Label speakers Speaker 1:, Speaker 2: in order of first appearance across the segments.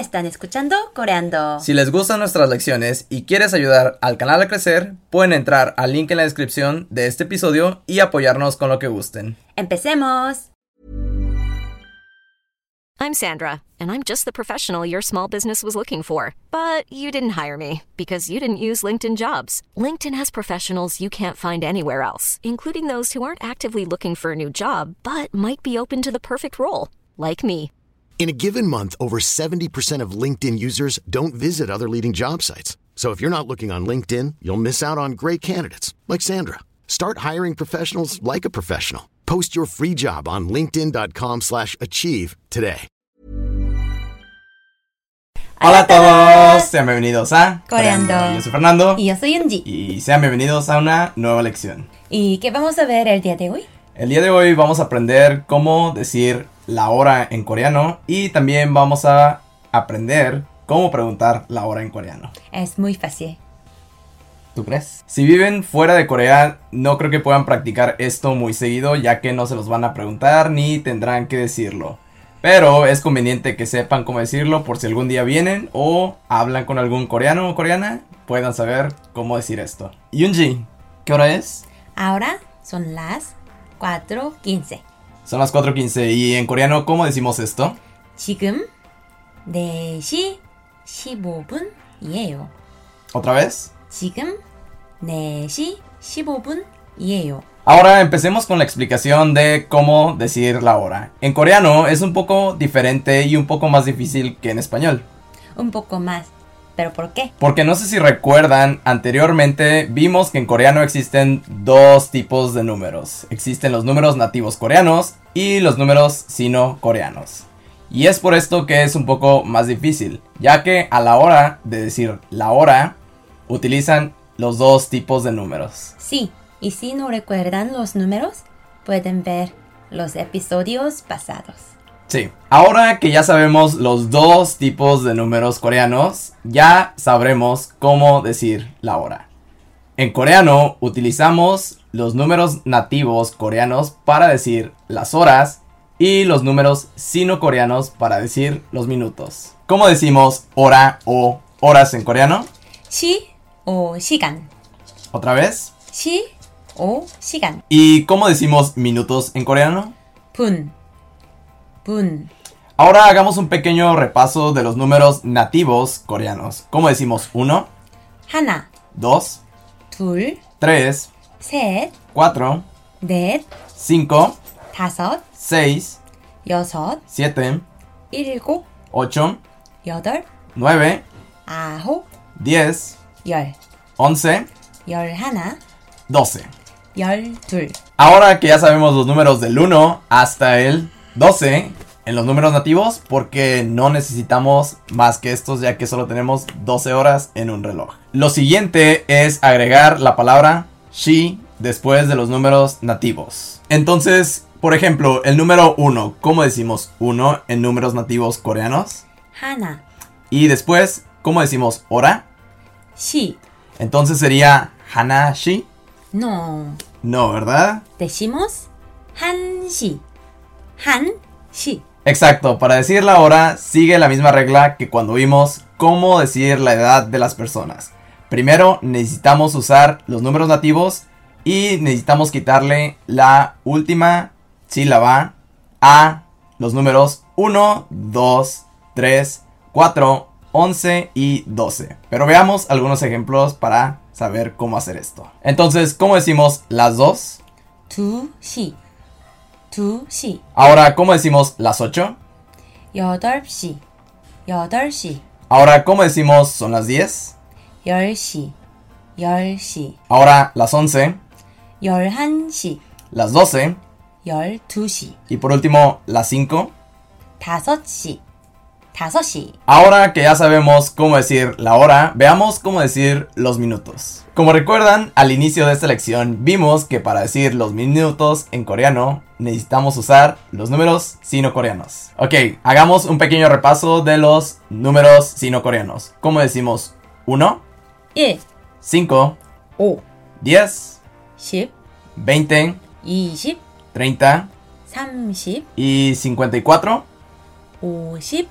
Speaker 1: están escuchando Coreando.
Speaker 2: Si les gustan nuestras lecciones y quieres ayudar al canal a crecer, pueden entrar al link en la descripción de este episodio y apoyarnos con lo que gusten.
Speaker 1: ¡Empecemos!
Speaker 3: I'm Sandra, and I'm just the professional your small business was looking for. But you didn't hire me because you didn't use LinkedIn jobs. LinkedIn has professionals you can't find anywhere else, including those who aren't actively looking for a new job but might be open to the perfect role, like me.
Speaker 4: In a given month, over 70% of LinkedIn users don't visit other leading job sites. So if you're not looking on LinkedIn, you'll miss out on great candidates like Sandra. Start hiring professionals like a professional. Post your free job on linkedin.com/achieve slash achieve today.
Speaker 2: Hola a todos, sean bienvenidos a
Speaker 1: Coreando.
Speaker 2: Yo soy Fernando
Speaker 1: Y yo soy Angie.
Speaker 2: y sean bienvenidos a una nueva lección.
Speaker 1: ¿Y qué vamos a ver el día de hoy?
Speaker 2: El día de hoy vamos a aprender cómo decir la hora en coreano y también vamos a aprender cómo preguntar la hora en coreano.
Speaker 1: Es muy fácil.
Speaker 2: ¿Tú crees? Si viven fuera de Corea, no creo que puedan practicar esto muy seguido, ya que no se los van a preguntar ni tendrán que decirlo. Pero es conveniente que sepan cómo decirlo por si algún día vienen o hablan con algún coreano o coreana, puedan saber cómo decir esto. Yunji, ¿qué hora es?
Speaker 1: Ahora son las 4.15.
Speaker 2: Son las 4.15 y en coreano, ¿cómo decimos esto?
Speaker 1: 지금 4시 15분이에요.
Speaker 2: ¿Otra vez?
Speaker 1: 지금 4시 15분이에요.
Speaker 2: Ahora empecemos con la explicación de cómo decir la hora. En coreano es un poco diferente y un poco más difícil que en español.
Speaker 1: Un poco más. ¿Pero por qué?
Speaker 2: Porque no sé si recuerdan, anteriormente vimos que en coreano existen dos tipos de números. Existen los números nativos coreanos y los números sino coreanos. Y es por esto que es un poco más difícil, ya que a la hora de decir la hora, utilizan los dos tipos de números.
Speaker 1: Sí, y si no recuerdan los números, pueden ver los episodios pasados.
Speaker 2: Sí. Ahora que ya sabemos los dos tipos de números coreanos, ya sabremos cómo decir la hora. En coreano utilizamos los números nativos coreanos para decir las horas y los números sino-coreanos para decir los minutos. ¿Cómo decimos hora o horas en coreano?
Speaker 1: 시 o 시간.
Speaker 2: Otra vez.
Speaker 1: 시 o 시간.
Speaker 2: ¿Y cómo decimos minutos en coreano?
Speaker 1: 분. 분.
Speaker 2: Ahora hagamos un pequeño repaso de los números nativos coreanos. ¿Cómo decimos uno?
Speaker 1: 하나,
Speaker 2: 2,
Speaker 1: 둘,
Speaker 2: 3,
Speaker 1: 셋,
Speaker 2: 4,
Speaker 1: 넷,
Speaker 2: 5,
Speaker 1: 다섯,
Speaker 2: 6,
Speaker 1: 여섯,
Speaker 2: 7,
Speaker 1: 일곱,
Speaker 2: 8,
Speaker 1: 여덟,
Speaker 2: 9,
Speaker 1: 아홉,
Speaker 2: 10,
Speaker 1: 열.
Speaker 2: 11,
Speaker 1: 열하나,
Speaker 2: 12.
Speaker 1: 열둘.
Speaker 2: Ahora que ya sabemos los números del 1 hasta el 12 en los números nativos, porque no necesitamos más que estos ya que solo tenemos 12 horas en un reloj. Lo siguiente es agregar la palabra she después de los números nativos. Entonces, por ejemplo, el número 1, ¿cómo decimos 1 en números nativos coreanos?
Speaker 1: 하나,
Speaker 2: Y después, ¿cómo decimos hora?
Speaker 1: 시.
Speaker 2: Entonces sería hana she.
Speaker 1: No.
Speaker 2: No, ¿verdad?
Speaker 1: Decimos 한시. 한시.
Speaker 2: Exacto, para decir la hora sigue la misma regla que cuando vimos cómo decir la edad de las personas. Primero necesitamos usar los números nativos y necesitamos quitarle la última sílaba a los números 1, 2, 3, 4, 11 y 12. Pero veamos algunos ejemplos para saber cómo hacer esto. Entonces, ¿cómo decimos las 2?
Speaker 1: 두시. 두시.
Speaker 2: Ahora, ¿cómo decimos las 8?
Speaker 1: 여덟 시. 여덟 시.
Speaker 2: Ahora, ¿cómo decimos son las 10?
Speaker 1: 열 시. 열 시.
Speaker 2: Ahora las 11,
Speaker 1: 열한 시.
Speaker 2: las 12
Speaker 1: 열두 시.
Speaker 2: y por último las 5.
Speaker 1: 다섯 시. 다섯 시.
Speaker 2: Ahora que ya sabemos cómo decir la hora, veamos cómo decir los minutos. Como recuerdan, al inicio de esta lección vimos que para decir los minutos en coreano necesitamos usar los números sino-coreanos. Ok, hagamos un pequeño repaso de los números sino-coreanos. ¿Cómo decimos 1,
Speaker 1: 일,
Speaker 2: 5,
Speaker 1: 오,
Speaker 2: 10,
Speaker 1: 십,
Speaker 2: 20,
Speaker 1: 이십,
Speaker 2: 30
Speaker 1: 삼십,
Speaker 2: y 54?
Speaker 1: 오십,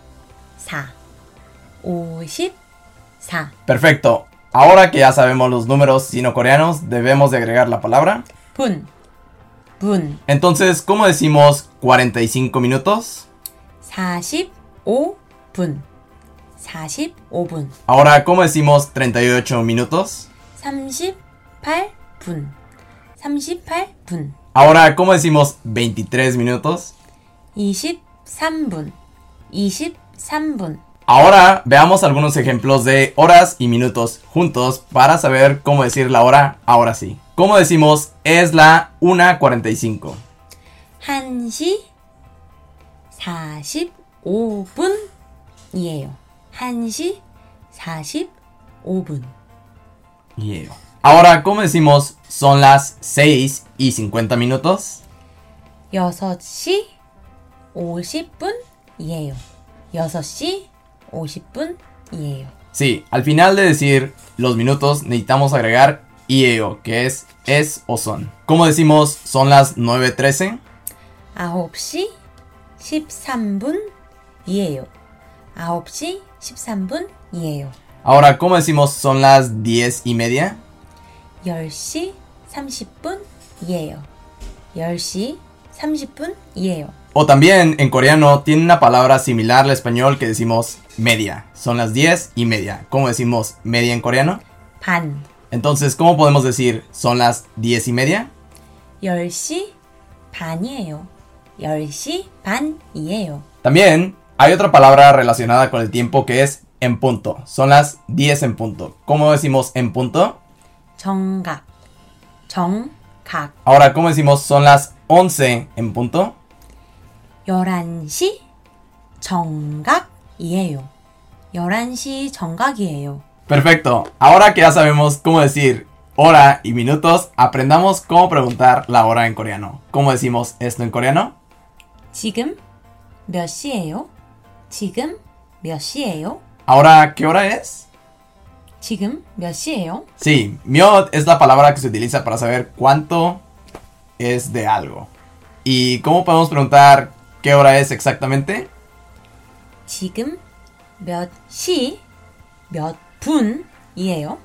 Speaker 1: 사, 54.
Speaker 2: Perfecto. Ahora que ya sabemos los números sino-coreanos, debemos de agregar la palabra.
Speaker 1: 분, 분,
Speaker 2: Entonces, ¿cómo decimos 45 minutos?
Speaker 1: 45분, 45분,
Speaker 2: Ahora, ¿cómo decimos 38 minutos?
Speaker 1: 38분, 38분,
Speaker 2: Ahora, ¿cómo decimos 23 minutos?
Speaker 1: 23분, 23분.
Speaker 2: Ahora veamos algunos ejemplos de horas y minutos juntos para saber cómo decir la hora ahora sí. ¿Cómo decimos es la 1.45?
Speaker 1: 1시 45분이에요. 1시 45분.
Speaker 2: Yeah. Ahora, ¿cómo decimos son las 6 y 50 minutos?
Speaker 1: 6시 50분이에요. 6시 50분이에요.
Speaker 2: Sí, al final de decir los minutos necesitamos agregar IEO, que es es o son. ¿Cómo decimos son las 9.13?
Speaker 1: 9시 13분이에요. 9시 13분이에요.
Speaker 2: Ahora, ¿cómo decimos son las 10 y media?
Speaker 1: 10시 30분이에요. 10시 30분이에요.
Speaker 2: O también en coreano tiene una palabra similar al español que decimos media. Son las 10 y media. ¿Cómo decimos media en coreano?
Speaker 1: 반.
Speaker 2: Entonces, ¿cómo podemos decir son las 10 y media?
Speaker 1: 10시 반이에요. 10시 반이에요.
Speaker 2: También hay otra palabra relacionada con el tiempo que es en punto. Son las 10 en punto. ¿Cómo decimos en punto?
Speaker 1: 정각. 정각.
Speaker 2: Ahora, ¿cómo decimos son las 11 en punto?
Speaker 1: 11시 정각이에요. 11시 정각이에요.
Speaker 2: Perfecto. Ahora que ya sabemos cómo decir hora y minutos, aprendamos cómo preguntar la hora en coreano. ¿Cómo decimos esto en coreano?
Speaker 1: 지금 몇 시예요? 지금 몇 시예요?
Speaker 2: Ahora, ¿qué hora es?
Speaker 1: 지금 몇 시예요?
Speaker 2: Sí, miot es la palabra que se utiliza para saber cuánto es de algo. ¿Y cómo podemos preguntar qué hora es exactamente?
Speaker 1: 지금 몇 시, 몇 분이에요?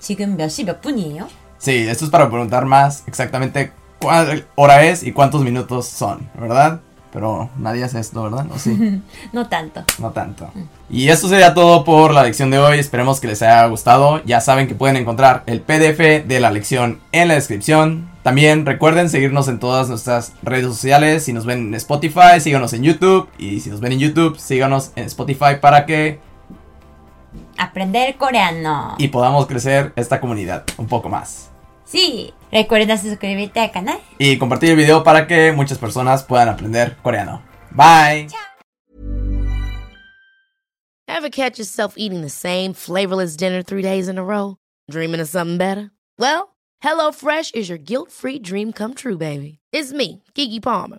Speaker 1: 지금 몇 시 몇 분이에요?
Speaker 2: Sí, esto es para preguntar más exactamente cuál hora es y cuántos minutos son, ¿verdad? Pero nadie hace esto, ¿verdad? ¿O sí?
Speaker 1: No tanto.
Speaker 2: No tanto. Y esto sería todo por la lección de hoy. Esperemos que les haya gustado. Ya saben que pueden encontrar el PDF de la lección en la descripción. También recuerden seguirnos en todas nuestras redes sociales. Si nos ven en Spotify, síganos en YouTube. Y si nos ven en YouTube, síganos en Spotify para que
Speaker 1: Aprender coreano.
Speaker 2: y podamos crecer esta comunidad un poco más.
Speaker 1: Sí. Recuerda suscribirte al canal.
Speaker 2: Y compartir el video para que muchas personas puedan aprender coreano. Bye.
Speaker 5: Ever catch yourself eating the same flavorless dinner three days in a row? Dreaming of something better? Well, HelloFresh is your guilt free dream come true, baby. It's me, Gigi Palmer.